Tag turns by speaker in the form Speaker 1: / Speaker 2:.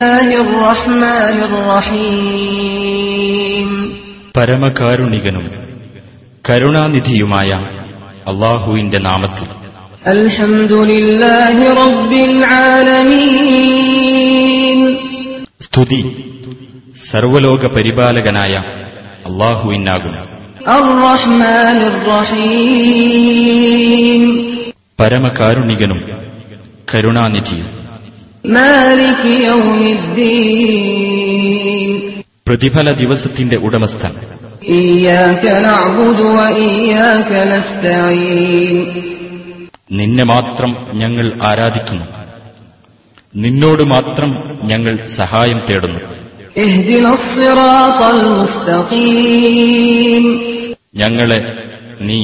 Speaker 1: الله الرحمن الرحيم
Speaker 2: പരമകാരുണികനും കരുണാനിധിയുമായ അള്ളാഹുവിന്റെ നാമത്തിൽ
Speaker 1: الحمد لله رب العالمين
Speaker 2: സ്തുതി സർവലോക പരിപാലകനായ അള്ളാഹുവിനാകും
Speaker 1: الرحمن الرحيم
Speaker 2: പരമകാരുണികനും കരുണാനിധിയും
Speaker 1: مالك يوم الدين
Speaker 2: പ്രതിഫല ദിവസത്തിന്റെ ഉടമസ്ഥൻ
Speaker 1: إياك نعبد وإياك نستعين
Speaker 2: നിന്നെ മാത്രം ഞങ്ങൾ ആരാധിക്കുന്നു നിന്നോട് മാത്രം ഞങ്ങൾ സഹായം തേടുന്നു
Speaker 1: اهدنا الصراط المستقيم
Speaker 2: ഞങ്ങളെ നീ